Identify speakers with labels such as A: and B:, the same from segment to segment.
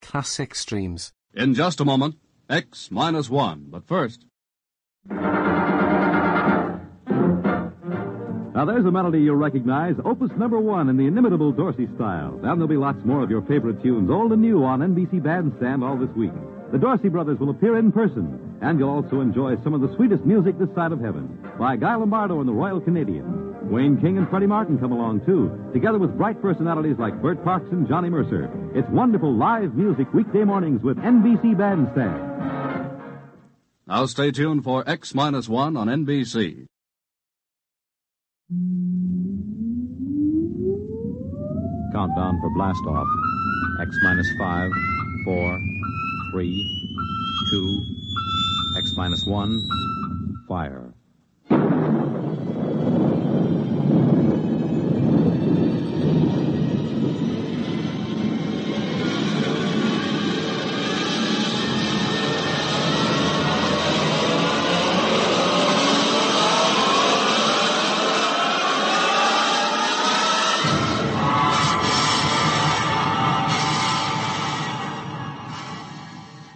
A: plus extremes.
B: In just a moment, x minus 1. But first.
C: Now, there's a melody you'll recognize, opus number one in the inimitable Dorsey style. And there'll be lots more of your favorite tunes, old and new, on NBC Bandstand all this week. The Dorsey brothers will appear in person, and you'll also enjoy some of the sweetest music this side of heaven by Guy Lombardo and the Royal Canadian. Wayne King and Freddie Martin come along, too, together with bright personalities like Bert Parks and Johnny Mercer. It's wonderful live music weekday mornings with NBC Bandstand.
B: Now stay tuned for X minus 1 on NBC.
C: Countdown for blast off. X minus five, four, three, two, X minus one, fire.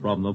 C: From the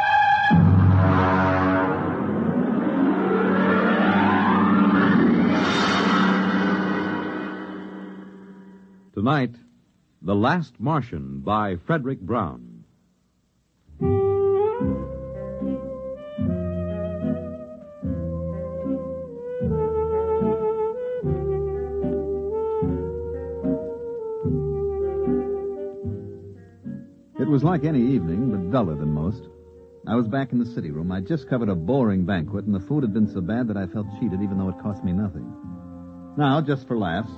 C: Tonight, The Last Martian by Frederick Brown.
D: It was like any evening, but duller than most. I was back in the city room. I'd just covered a boring banquet, and the food had been so bad that I felt cheated, even though it cost me nothing. Now, just for laughs,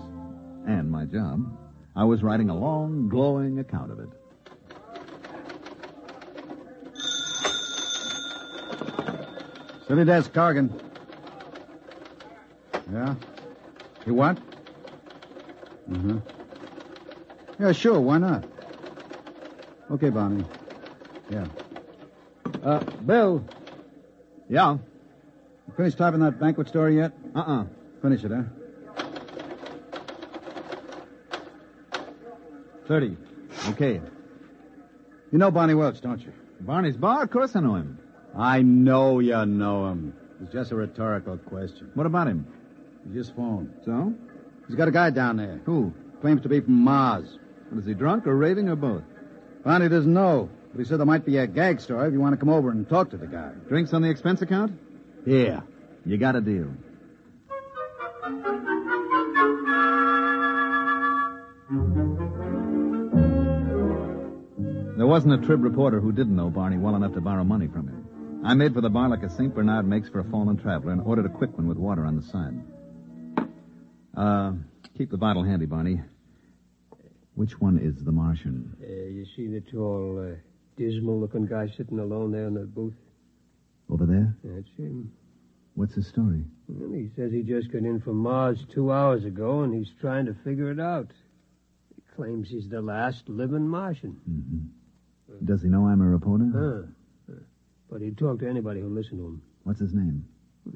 D: and my job, I was writing a long, glowing account of it.
E: City desk, Corgan. Yeah? You what? Uh-huh. Yeah, sure, why not? Okay, Bonnie. Yeah. Uh, Bill,
D: Yeah?
E: you finished typing that banquet story yet?
D: Uh-uh.
E: Finish it, huh?
D: 30. Okay.
E: You know Bonnie Welch, don't you?
D: Barney's bar? Of course I know him.
E: I know you know him. It's just a rhetorical question.
D: What about him?
E: He just phoned.
D: So?
E: He's got a guy down there.
D: Who?
E: Claims to be from Mars.
D: What, Is he drunk or raving or both?
E: Bonnie doesn't know, but he said there might be a gag story if you want to come over and talk to the guy.
D: Drinks on the expense account?
E: Yeah.
D: You got a deal. There wasn't a Trib reporter who didn't know Barney well enough to borrow money from him. I made for the bar like a St. Bernard makes for a fallen traveler and ordered a quick one with water on the side. Uh, keep the bottle handy, Barney. Which one is the Martian?
F: Uh, you see the tall, uh, dismal looking guy sitting alone there in the booth?
D: Over there?
F: That's him.
D: What's his story?
F: Well, he says he just got in from Mars two hours ago and he's trying to figure it out. He claims he's the last living Martian.
D: Mm-hmm. Does he know I'm a reporter?
G: Hmm.
F: Huh. But he'd talk to anybody who listened to him.
D: What's his name?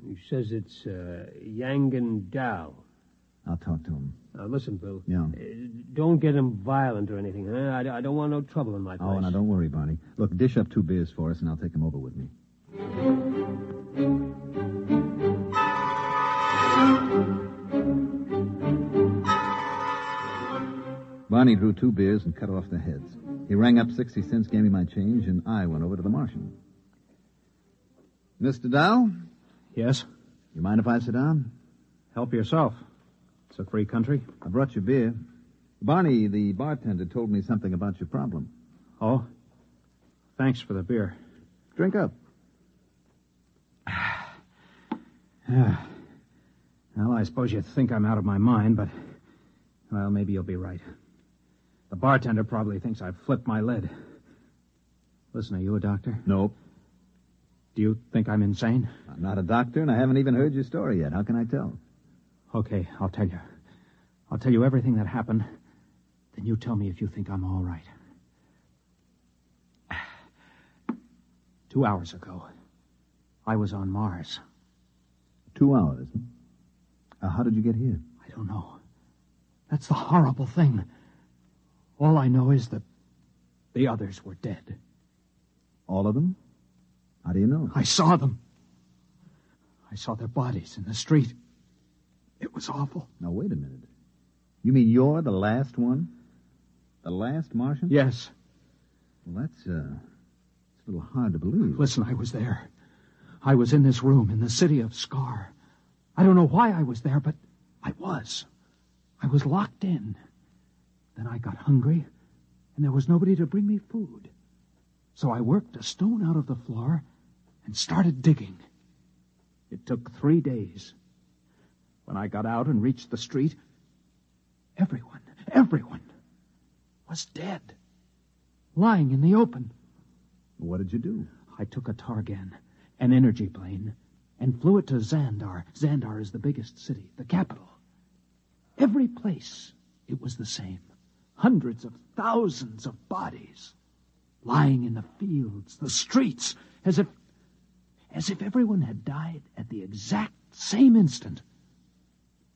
F: He says it's uh, Yangan Dao.
D: I'll talk to him.
F: Now, listen, Bill.
D: Yeah.
F: Uh, don't get him violent or anything. Huh? I, I don't want no trouble in my place.
D: Oh, now don't worry, Barney. Look, dish up two beers for us, and I'll take them over with me. Barney drew two beers and cut off the heads. He rang up 60 cents, gave me my change, and I went over to the Martian. Mr. Dow,
G: Yes?
D: you mind if I sit down?
G: Help yourself. It's a free country.
D: I brought you beer. Barney, the bartender, told me something about your problem.
G: Oh? Thanks for the beer.
D: Drink up.
G: Well, I suppose you think I'm out of my mind, but. Well, maybe you'll be right. The bartender probably thinks I've flipped my lid. Listen, are you a doctor?
D: Nope.
G: Do you think I'm insane?
D: I'm not a doctor, and I haven't even heard your story yet. How can I tell?
G: Okay, I'll tell you. I'll tell you everything that happened. Then you tell me if you think I'm all right. Two hours ago, I was on Mars.
D: Two hours. Uh, how did you get here?
G: I don't know. That's the horrible thing. All I know is that the others were dead.
D: All of them? How do you know?
G: I saw them. I saw their bodies in the street. It was awful.
D: Now, wait a minute. You mean you're the last one? The last Martian?
G: Yes.
D: Well, that's, uh, it's a little hard to believe.
G: Listen, I was there. I was in this room in the city of Scar. I don't know why I was there, but I was. I was locked in. Then I got hungry, and there was nobody to bring me food. So I worked a stone out of the floor and started digging. It took three days. When I got out and reached the street, everyone, everyone was dead, lying in the open.
D: What did you do?
G: I took a Targan, an energy plane, and flew it to Xandar. Xandar is the biggest city, the capital. Every place it was the same. Hundreds of thousands of bodies lying in the fields, the streets, as if as if everyone had died at the exact same instant.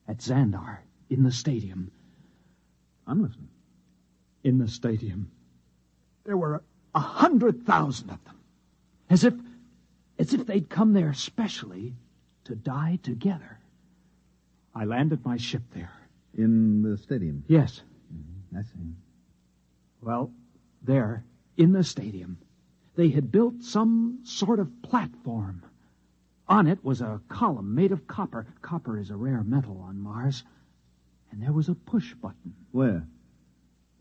G: At Xandar, in the stadium.
D: I'm listening.
G: In the stadium. There were a hundred thousand of them. As if as if they'd come there specially to die together. I landed my ship there.
D: In the stadium.
G: Yes.
D: I see.
G: Well, there, in the stadium, they had built some sort of platform. On it was a column made of copper. Copper is a rare metal on Mars. And there was a push button
D: Where?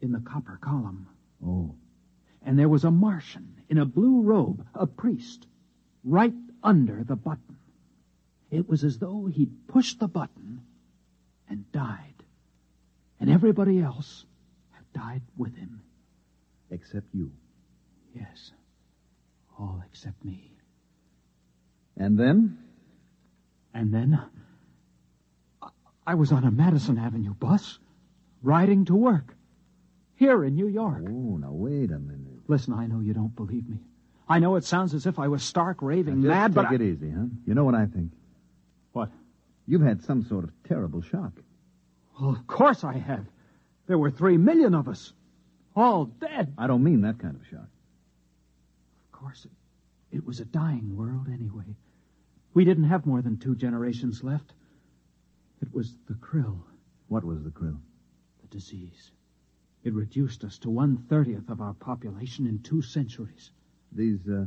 G: in the copper column.
D: Oh.
G: And there was a Martian in a blue robe, a priest, right under the button. It was as though he'd pushed the button and died. And everybody else had died with him.
D: Except you.
G: Yes. All except me.
D: And then?
G: And then I- I was on a Madison Avenue bus riding to work here in New York.
D: Oh, now wait a minute.
G: Listen, I know you don't believe me. I know it sounds as if I was stark
D: Now,
G: raving
D: just
G: mad, but
D: take it
G: I-
D: easy, huh? You know what I think?
G: what?
D: You've had some sort of terrible shock.
G: Well, of course I have. There were three million of us, all dead.
D: I don't mean that kind of shock.
G: Of course, it, it was a dying world anyway. We didn't have more than two generations left. It was the krill.
D: What was the krill?
G: the disease. It reduced us to one thirtieth of our population in two centuries.
D: These uh,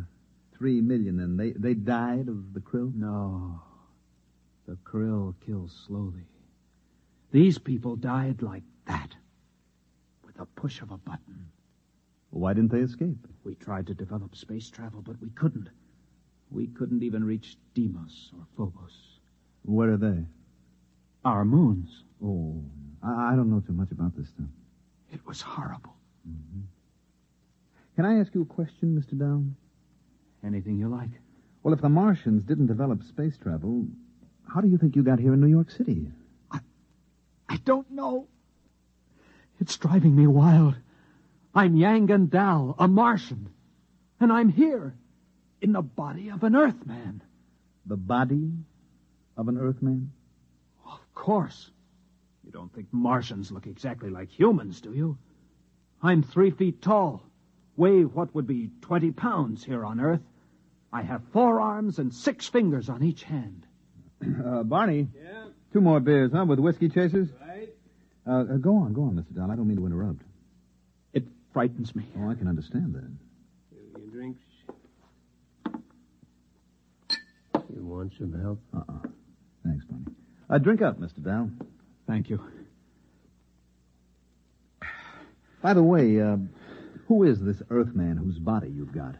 D: three million, and they they died of the krill.
G: No. The krill kills slowly. These people died like that, with a push of a button.
D: Why didn't they escape?
G: We tried to develop space travel, but we couldn't. We couldn't even reach Deimos or Phobos.
D: Where are they?
G: Our moons.
D: Oh, I, I don't know too much about this stuff.
G: It was horrible.
D: Can I ask you a question, Mister Down?
G: Anything you like.
D: Well, if the Martians didn't develop space travel, how do you think you got here in New York City?
G: I don't know. It's driving me wild. I'm Yang Gandal, a Martian. And I'm here, in the body of an Earthman.
D: The body of an Earthman?
G: Of course. You don't think Martians look exactly like humans, do you? I'm three feet tall, weigh what would be 20 pounds here on Earth. I have four arms and six fingers on each hand.
D: Uh, Barney,
F: Yeah,
D: two more beers, huh? With whiskey chasers?
F: right.
D: Uh, uh, go on, go on, Mister Down. I don't mean to interrupt.
G: It frightens me.
D: Oh, I can understand that.
F: Here are your drinks. You want some help?
D: Thanks, Barney. Uh, drink up, Mister Down.
G: Thank you.
D: By the way, uh, who is this Earthman whose body you've got?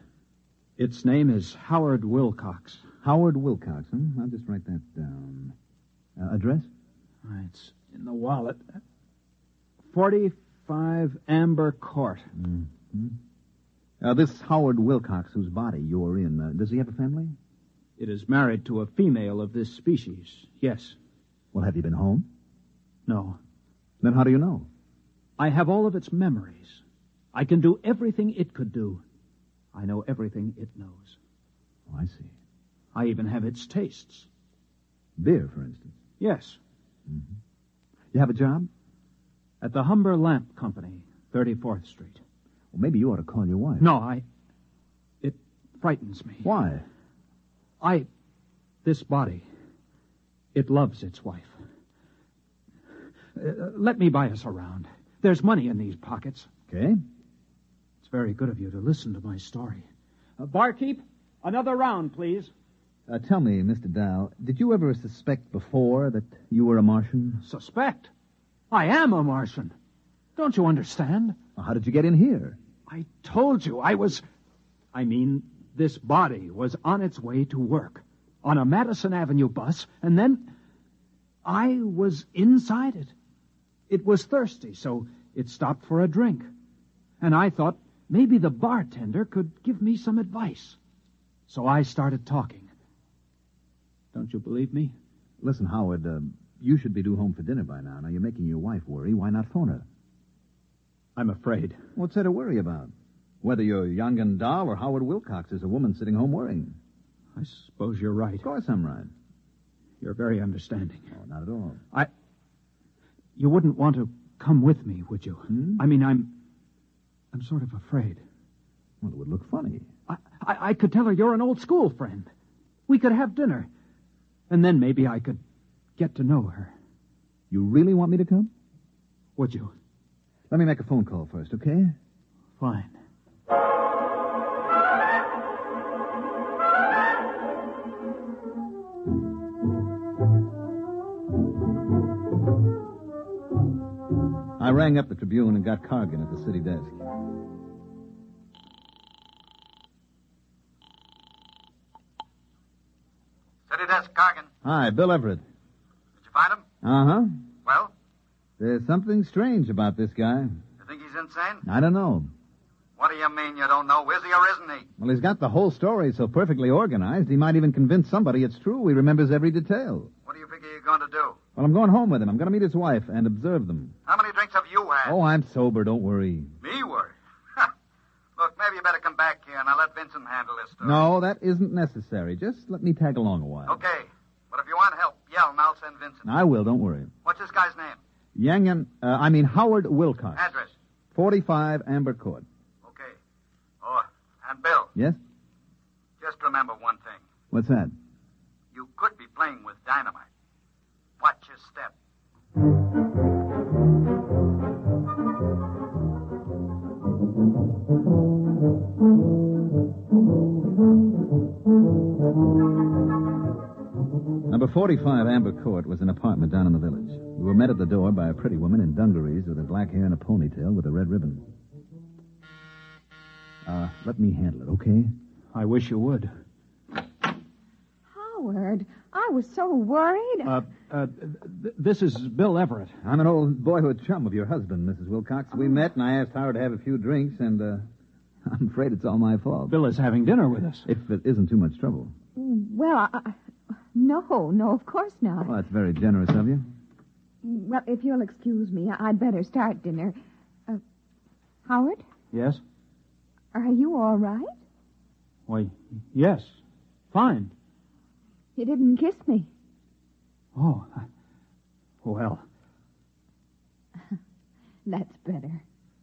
G: Its name is Howard Wilcox.
D: Howard Wilcox. Hmm? I'll just write that down. Uh, address?
G: Ah, It's in the wallet. 45 Amber Court.
D: Uh, this Howard Wilcox, whose body you're in, uh, does he have a family?
G: It is married to a female of this species. Yes.
D: Well, have you been home?
G: No.
D: Then how do you know?
G: I have all of its memories. I can do everything it could do. I know everything it knows.
D: Oh, I see.
G: I even have its tastes.
D: Beer, for instance.
G: Yes.
D: You have a job?
G: At the Humber Lamp Company, 34th Street.
D: Well, maybe you ought to call your wife.
G: No, I. It frightens me.
D: Why?
G: I. This body. It loves its wife. Uh, let me buy us around. There's money in these pockets.
D: Okay.
G: It's very good of you to listen to my story. Uh, barkeep, another round, please.
D: Uh, tell me, Mr. Dow, did you ever suspect before that you were a Martian?
G: Suspect? I am a Martian. Don't you understand?
D: Well, How did you get in here?
G: I told you I was. I mean, this body was on its way to work on a Madison Avenue bus, and then I was inside it. It was thirsty, so it stopped for a drink. And I thought maybe the bartender could give me some advice. So I started talking. Don't you believe me?
D: Listen, Howard, uh, you should be due home for dinner by now. Now, you're making your wife worry. Why not phone her?
G: I'm afraid.
D: What's there to worry about? Whether you're Yangan Dahl or Howard Wilcox is a woman sitting home worrying.
G: I suppose you're right.
D: Of course I'm right.
G: You're very understanding.
D: Oh, not at all.
G: You wouldn't want to come with me, would you? I mean, I'm. I'm sort of afraid.
D: Well, it would look funny.
G: I, I, I could tell her you're an old school friend. We could have dinner. And then maybe I could get to know her.
D: You really want me to come?
G: Would you?
D: Let me make a phone call first, okay?
G: Fine.
D: I rang up the Tribune and got Cargan at the city desk.
A: City desk, Cargan.
D: Hi, Bill Everett.
A: Did you find him?
D: Uh huh.
A: Well,
D: There's something strange about this guy.
A: you think he's insane?
D: I don't know.
A: What do you mean you don't know? Is he or isn't he?
D: Well, he's got the whole story so perfectly organized, he might even convince somebody it's true. He remembers every detail.
A: What do you figure you're going to do?
D: Well, I'm going home with him. I'm going to meet his wife and observe them.
A: How many drinks have you had?
D: Oh, I'm sober. Don't worry.
A: Me worry. Look, maybe you better come back here and I'll let Vincent handle this stuff.
D: No, that isn't necessary. Just let me tag along a while.
A: Okay. But if you want help, yell and I'll send Vincent.
D: I will. Don't worry.
A: What's this guy's name?
D: Yang and uh, I mean Howard Wilcox,
A: Address.
D: 45 Amber Court.
A: Okay. Oh, and Bill,
D: Yes.
A: just remember one thing.
D: What's that?
A: You could be playing with dynamite. Watch your step.
D: Number 45 Amber Court was an apartment down in the village. We were met at the door by a pretty woman in dungarees with her black hair and a ponytail with a red ribbon. Uh, let me handle it, okay?
G: I wish you would.
H: Howard, I was so worried.
G: Uh, uh, th- this is Bill Everett.
D: I'm an old boyhood chum of your husband, Mrs. Wilcox.
G: Oh.
D: We met and I asked Howard to have a few drinks, and, uh, I'm afraid it's all my fault.
G: Bill is having dinner with us.
D: If it isn't too much trouble.
H: well, I, I- no, no, of course not.
D: Well, that's very generous of you.
H: Well, if you'll excuse me, I'd better start dinner. Uh, Howard,
G: Yes?
H: are you all right?
G: Why, yes. Fine.
H: You didn't kiss me.
G: Oh, I- well,
H: That's better.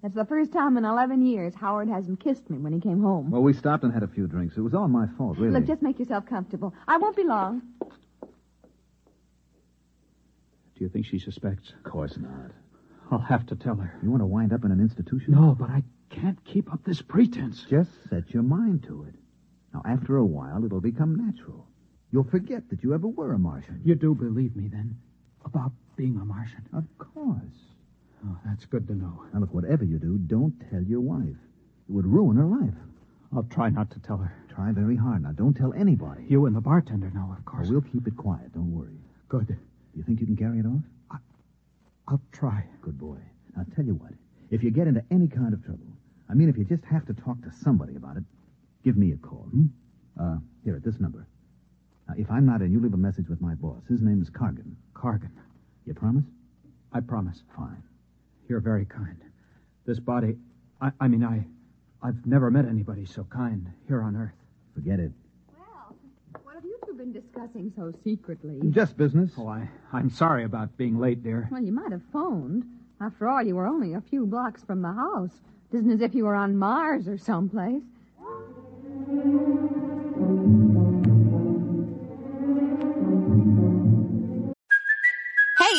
H: That's the first time in 11 years Howard hasn't kissed me when he came home.
D: Well, we stopped and had a few drinks. It was all my fault, really.
H: Look, just make yourself comfortable. I won't be long.
G: do you think she suspects?
D: Of course not.
G: I'll have to tell her.
D: You want to wind up in an institution?
G: No, but I can't keep up this pretense.
D: Just set your mind to it. Now, after a while, it'll become natural. You'll forget that you ever were a Martian.
G: You do believe me, then, about being a Martian?
D: Of course.
G: Oh, that's good to know.
D: Now, look, whatever you do, don't tell your wife. It would ruin her life.
G: I'll try not to tell her.
D: Try very hard. Now, don't tell anybody.
G: You and the bartender know, of
D: Or
G: course.
D: we'll keep it quiet. Don't worry.
G: Good.
D: Do you think you can carry it off?
G: I'll try.
D: Good boy. Now, tell you what. If you get into any kind of trouble, I mean, if you just have to talk to somebody about it, give me a call, hmm? Uh, here, at this number
G: Now, if I'm not in, you leave a message with my boss. His name is Cargan.
D: Cargan,
G: You promise?
D: I promise.
G: Fine.
D: You're very kind. This body, I, I mean, I, I've never met anybody so kind here on Earth.
G: Forget it.
H: Well, what have you two been discussing so secretly?
G: Just business.
D: Oh, I, I'm sorry about being late, dear.
H: Well, you might have phoned. After all, you were only a few blocks from the house. It isn't as if you were on Mars or someplace.
I: Hey,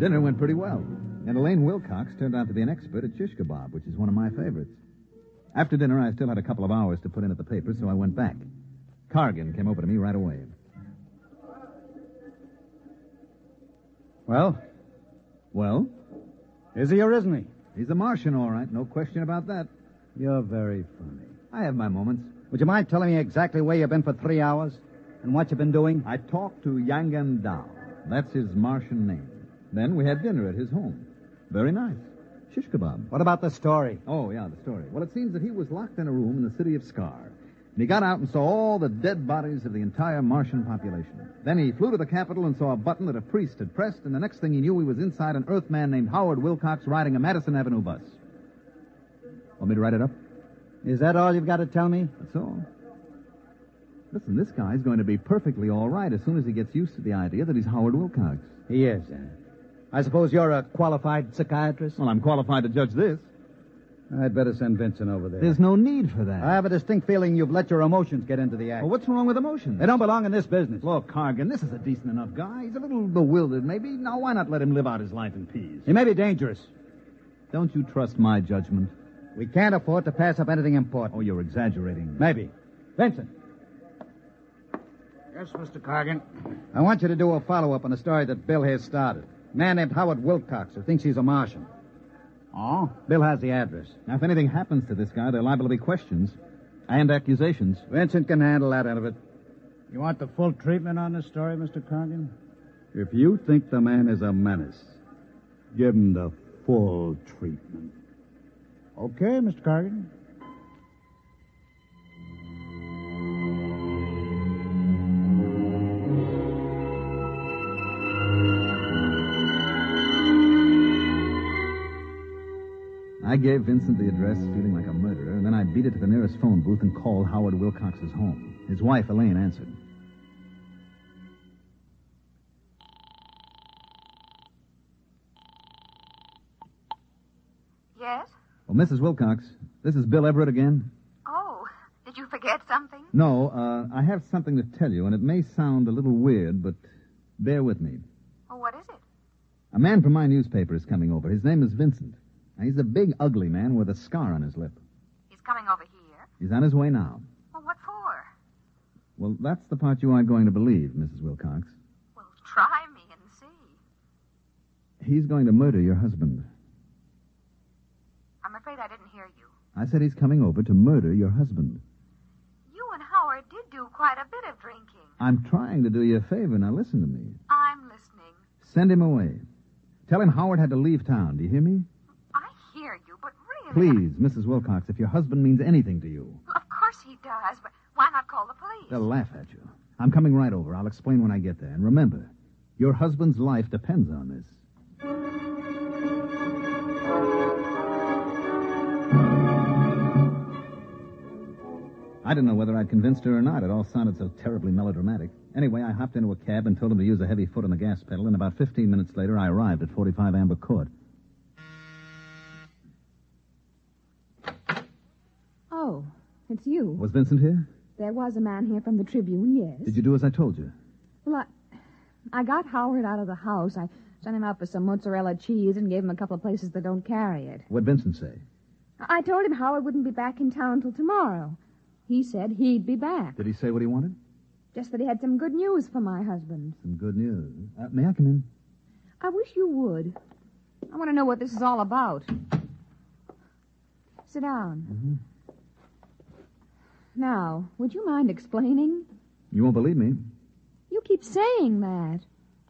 G: Dinner went pretty well, and Elaine Wilcox turned out to be an expert at shish kebab, which is one of my favorites. After dinner, I still had a couple of hours to put in at the paper, so I went back. Cargan came over to me right away.
J: Well,
G: Well,
J: is he or isn't he?
G: he's a Martian, all right, no question about that.
J: You're very funny.
G: I have my moments.
J: Would you mind telling me exactly where you've been for three hours and what you've been doing?
G: I talked to Yangan Dao. That's his Martian name. Then we had dinner at his home. Very nice. Shish kebab.
J: What about the story?
G: Oh, yeah, the story. Well, it seems that he was locked in a room in the city of Scar. And he got out and saw all the dead bodies of the entire Martian population. Then he flew to the capital and saw a button that a priest had pressed, and the next thing he knew, he was inside an Earthman named Howard Wilcox riding a Madison Avenue bus. Want me to write it up?
J: Is that all you've got to tell me?
G: That's all. Listen, this guy's going to be perfectly all right as soon as he gets used to the idea that he's Howard Wilcox.
J: He is. Uh, I suppose you're a qualified psychiatrist?
G: Well, I'm qualified to judge this.
J: I'd better send Vincent over there.
G: There's no need for that. Oh,
J: I have a distinct feeling you've let your emotions get into the act.
G: Well, what's wrong with emotion?
J: They don't belong in this business.
G: Hmm. Look, Cargan, this is a decent enough guy. He's a little bewildered, maybe. Now, why not let him live out his life in peace?
J: He may be dangerous.
G: Don't you trust my judgment?
J: We can't afford to pass up anything important.
G: Oh, you're exaggerating.
J: Maybe. Vincent,
K: Yes, Mr. Cargan.
J: I want you to do a follow up on the story that Bill here started. A man named Howard Wilcox who thinks he's a Martian.
K: Oh?
J: Bill has the address.
G: Now, if anything happens to this guy, there are liable to be questions and accusations.
J: Vincent can handle that end of it.
K: You want the full treatment on this story, Mr. Cargan?
J: If you think the man is a menace, give him the full treatment.
K: Okay, Mr. Cargan.
G: I gave Vincent the address, feeling like a murderer, and then I beat it to the nearest phone booth and called Howard Wilcox's home. His wife, Elaine, answered.
H: Yes?
G: Well, Mrs. Wilcox, this is Bill Everett again.
H: Oh, did you forget something?
G: No, uh, I have something to tell you, and it may sound a little weird, but bear with me.
H: Oh, what is it?
G: A man from my newspaper is coming over. His name is Vincent. Now, he's a big, ugly man with a scar on his lip.
H: He's coming over here.
G: He's on his way now.
H: Well, what for?
G: Well, that's the part you aren't going to believe, Mrs. Wilcox.
H: Well, try me and see.
G: He's going to murder your husband.
H: I'm afraid I didn't hear you.
G: I said he's coming over to murder your husband.
H: You and Howard did do quite a bit of drinking.
G: I'm trying to do you a favor. Now listen to me.
H: I'm listening.
G: Send him away. Tell him Howard had to leave town. Do you hear me?
H: I hear you, but really.
G: Please, Mrs. Wilcox, if your husband means anything to you,
H: Of course he does, but why not call the police?
G: they'll laugh at you. I'm coming right over. I'll explain when I get there. And remember, your husband's life depends on this. I didn't know whether I'd convinced her or not. It all sounded so terribly melodramatic. Anyway, I hopped into a cab and told him to use a heavy foot on the gas pedal, and about 15 minutes later, I arrived at 45 Amber Court.
H: Oh, it's you.
G: Was Vincent here?
H: There was a man here from the Tribune, yes.
G: Did you do as I told you?
H: Well, I, I got Howard out of the house. I sent him out for some mozzarella cheese and gave him a couple of places that don't carry it.
G: What'd Vincent say?
H: I told him Howard wouldn't be back in town till tomorrow. He said he'd be back.
D: Did he say what he wanted?
H: Just that he had some good news for my husband.
D: Some good news. Uh, may I come in?
H: I wish you would. I want to know what this is all about. Sit down. Now, would you mind explaining?
D: You won't believe me.
H: You keep saying that.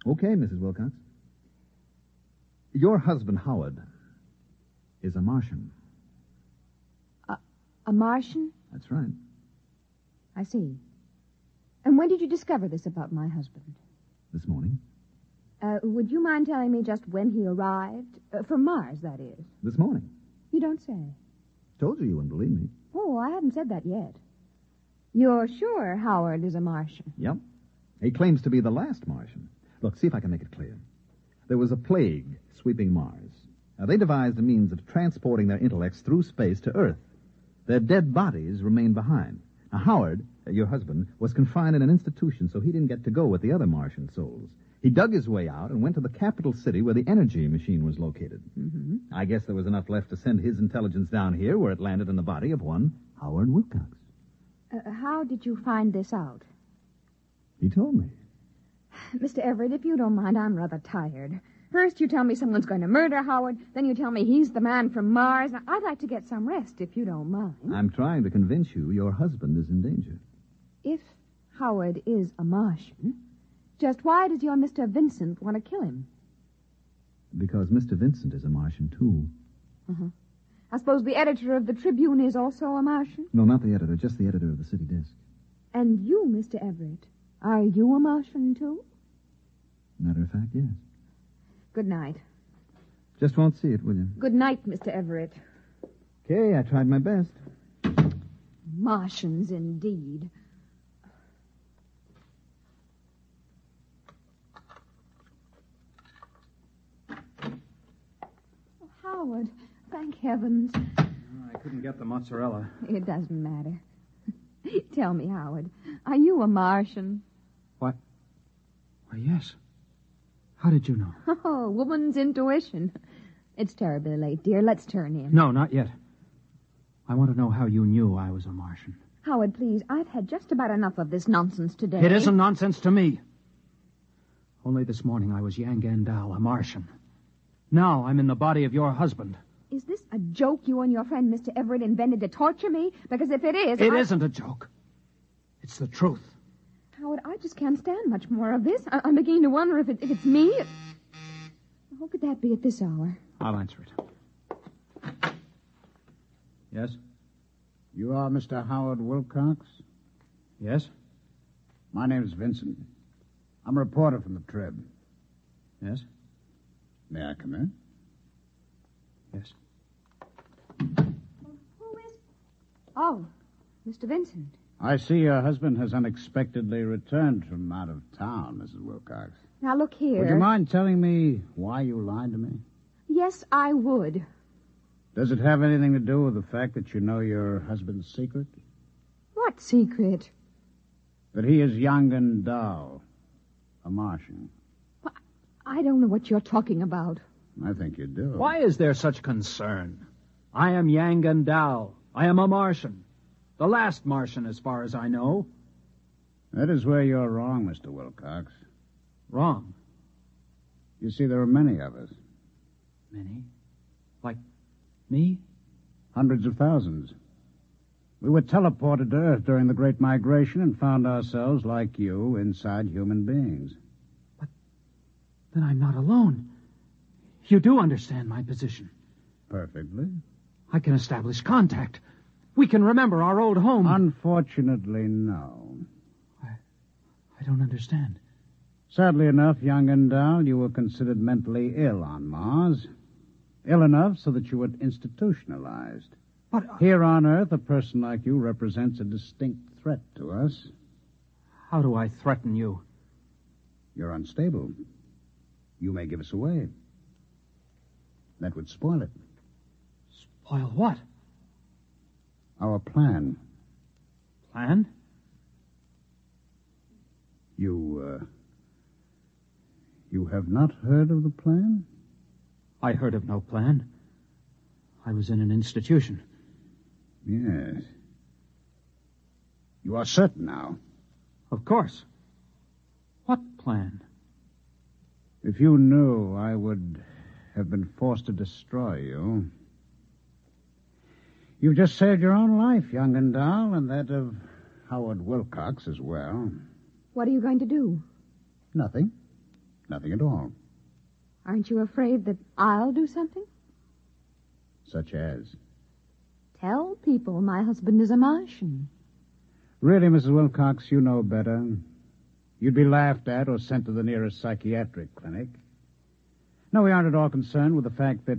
D: Okay, Mrs. Wilcox. Your husband, Howard, uh, is a Martian.
H: A Martian?
D: That's right.
H: I see. And when did you discover this about my husband?
D: This morning.
H: Uh, would you mind telling me just when he arrived? Uh, from Mars, that is.
D: This morning.
H: You don't say.
D: Told you you wouldn't believe me.
H: Oh, I haven't said that yet. You're sure Howard is a Martian?
D: Yep. He claims to be the last Martian. Look, see if I can make it clear. There was a plague sweeping Mars. Now, they devised a means of transporting their intellects through space to Earth. Their dead bodies remained behind. Now, Howard, uh, your husband, was confined in an institution, so he didn't get to go with the other Martian souls. He dug his way out and went to the capital city where the energy machine was located.
H: Mm-hmm.
D: I guess there was enough left to send his intelligence down here where it landed in the body of one Howard Wilcox.
H: Uh, how did you find this out?
D: He told me.
H: Mr. Everett, if you don't mind, I'm rather tired. First you tell me someone's going to murder Howard, then you tell me he's the man from Mars. Now, I'd like to get some rest, if you don't mind.
D: I'm trying to convince you your husband is in danger.
H: If Howard is a Martian, just why does your Mr. Vincent want to kill him?
D: Because Mr. Vincent is a Martian, too.
H: Uh-huh. I suppose the editor of the Tribune is also a Martian?
D: No, not the editor, just the editor of the city desk.
H: And you, Mr. Everett, are you a Martian, too?
D: Matter of fact, yes.
H: Good night.
D: Just won't see it, will you?
H: Good night, Mr. Everett.
D: Okay, I tried my best.
H: Martians, indeed. Oh, Howard, thank heavens.
L: Oh, I couldn't get the mozzarella.
H: It doesn't matter. Tell me, Howard, are you a Martian?
G: Why, yes. How did you know?
H: Oh, woman's intuition. It's terribly late, dear. Let's turn in.
G: No, not yet. I want to know how you knew I was a Martian.
H: Howard, please, I've had just about enough of this nonsense today.
G: It isn't nonsense to me. Only this morning I was Yang Gandal, a Martian. Now I'm in the body of your husband.
H: Is this a joke you and your friend Mr. Everett invented to torture me? Because if it is,
G: It
H: I-
G: not a joke. It's the truth.
H: Howard, I just can't stand much more of this. I- I'm beginning to wonder if, it- if it's me. Who could that be at this hour?
G: I'll answer it.
L: Yes?
M: You are Mr. Howard Wilcox?
L: Yes?
M: My name's Vincent. I'm a reporter from the Trib.
L: Yes?
M: May I come in?
L: Yes.
H: Oh, Mr. Vincent.
M: I see your husband has unexpectedly returned from out of town, Mrs. Wilcox.
H: Now look here.
M: Would you mind telling me why you lied to me?
H: Yes, I would.
M: Does it have anything to do with the fact that you know your husband's secret?
H: What secret?
M: That he is Yangan Dao, a Martian.
H: I don't know what you're talking about.
M: I think you do.
G: Why is there such concern? I am Yang Gandal. I am a Martian. The last Martian, as far as I know.
M: That is where you're wrong, Mr. Wilcox.
G: Wrong?
M: You see, there are many of us.
G: Many? Like me?
M: Hundreds of thousands. We were teleported to Earth during the Great Migration and found ourselves, like you, inside human beings.
G: Then I'm not alone. You do understand my position.
M: Perfectly.
G: I can establish contact. We can remember our old home.
M: Unfortunately, no.
G: I don't understand.
M: Sadly enough, young and Dahl, you were considered mentally ill on Mars. Ill enough so that you were institutionalized.
G: But
M: Here on Earth, a person like you represents a distinct threat to us.
G: How do I threaten you?
M: You're unstable. You may give us away. That would spoil it.
G: Spoil what?
M: Our plan.
G: Plan?
M: You, uh. You have not heard of the plan?
G: I heard of no plan. I was in an institution.
M: Yes.
G: You are certain now?
N: Of course. What plan?
G: If you knew I would have been forced to destroy you. You've just saved your own life, young and Dahl, and that of Howard Wilcox as well.
H: What are you going to do?
G: Nothing. Nothing at all.
H: Aren't you afraid that I'll do something?
G: Such as.
H: Tell people my husband is a Martian.
G: Really, Mrs. Wilcox, you know better. You'd be laughed at or sent to the nearest psychiatric clinic. No, we aren't at all concerned with the fact that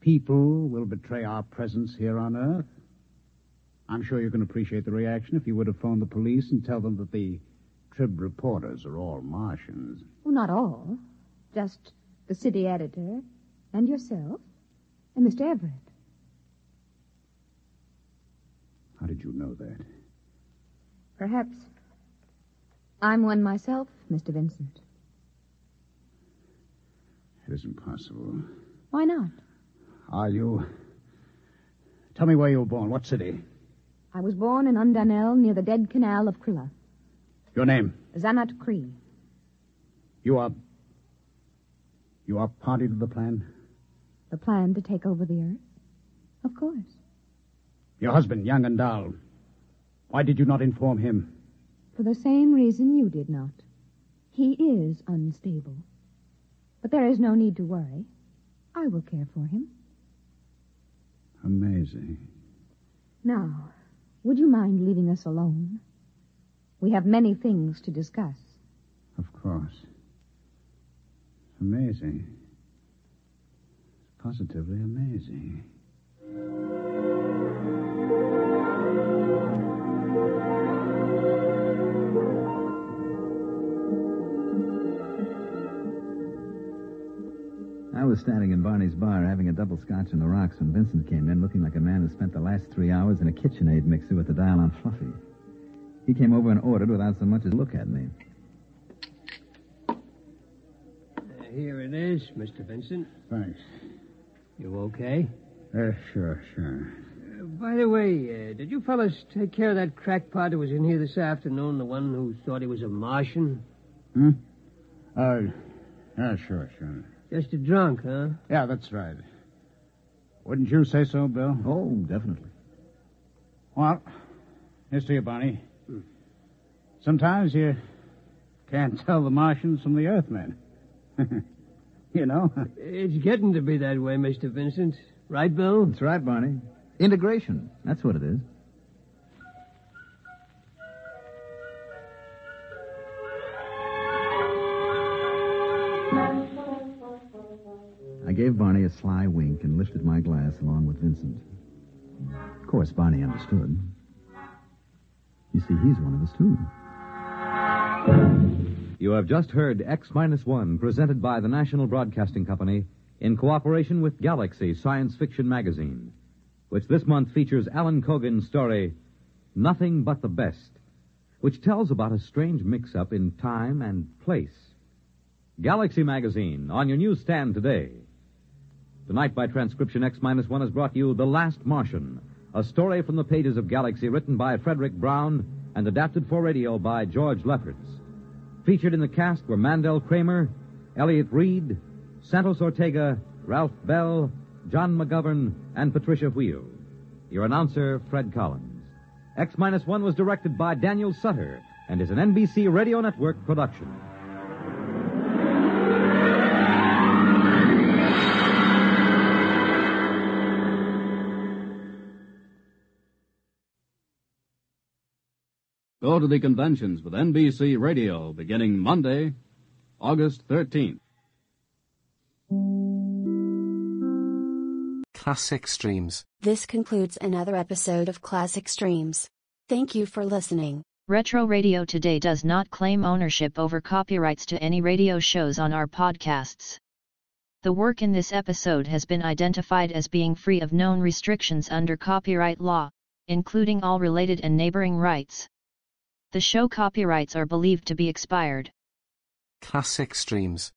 G: people will betray our presence here on Earth. I'm sure you can appreciate the reaction if you would have phoned the police and tell them that the Trib reporters are all Martians.
H: Well, Oh, not all. Just the city editor and yourself and Mr. Everett.
G: How did you know that?
H: Perhaps I'm one myself, Mr. Vincent.
G: It isn't possible.
H: Why not?
G: Are you. Tell me where you were born. What city?
H: I was born in Undunell near the dead canal of Krilla.
G: Your name?
H: Zanat Cree.
G: You are. You are party to the plan?
H: The plan to take over the earth? Of course.
G: Your husband, Yang and Dahl. Why did you not inform him?
H: For the same reason you did not. He is unstable. But there is no need to worry. I will care for him.
G: Amazing.
H: Now, would you mind leaving us alone? We have many things to discuss.
G: Of course. Amazing. Positively amazing.
D: I was standing in Barney's bar having a double scotch on the rocks when Vincent came in looking like a man who spent the last three hours in a KitchenAid mixer with the dial on Fluffy. He came over and ordered without so much as look at me.
F: Here it is, Mr. Vincent.
G: Thanks.
F: You okay?
G: Uh, sure, sure.
F: Uh, by the way, uh, did you fellas take care of that crackpot who was in here this afternoon, the one who thought he was a Martian?
G: Hmm? Uh, yeah, sure, sure.
F: Just a drunk, huh?
G: Yeah, that's right. Wouldn't you say so, Bill?
D: Oh, definitely.
G: Well, here's to you, Barney.
D: Hmm.
G: Sometimes you can't tell the Martians from the Earthmen. you know?
F: It's getting to be that way, Mr. Vincent. Right, Bill?
D: That's right, Barney. Integration. That's what it is. I gave Barney a sly wink and lifted my glass along with Vincent. Of course, Barney understood. You see, he's one of us, too.
J: You have just heard X Minus One presented by the National Broadcasting Company in cooperation with Galaxy Science Fiction Magazine, which this month features Alan Cogan's story, Nothing But the Best, which tells about a strange mix up in time and place. Galaxy Magazine on your newsstand today. Tonight, by transcription, X Minus One has brought you The Last Martian, a story from the pages of Galaxy written by Frederick Brown and adapted for radio by George Lefferts. Featured in the cast were Mandel Kramer, Elliot Reed, Santos Ortega, Ralph Bell, John McGovern, and Patricia Wheel. Your announcer, Fred Collins. X Minus One was directed by Daniel Sutter and is an NBC Radio Network production.
O: Go to the conventions with NBC Radio beginning Monday, August 13th.
P: Classic Streams.
Q: This concludes another episode of Classic Streams. Thank you for listening.
R: Retro Radio Today does not claim ownership over copyrights to any radio shows on our podcasts. The work in this episode has been identified as being free of known restrictions under copyright law, including all related and neighboring rights. The show copyrights are believed to be expired.
P: Classic Streams.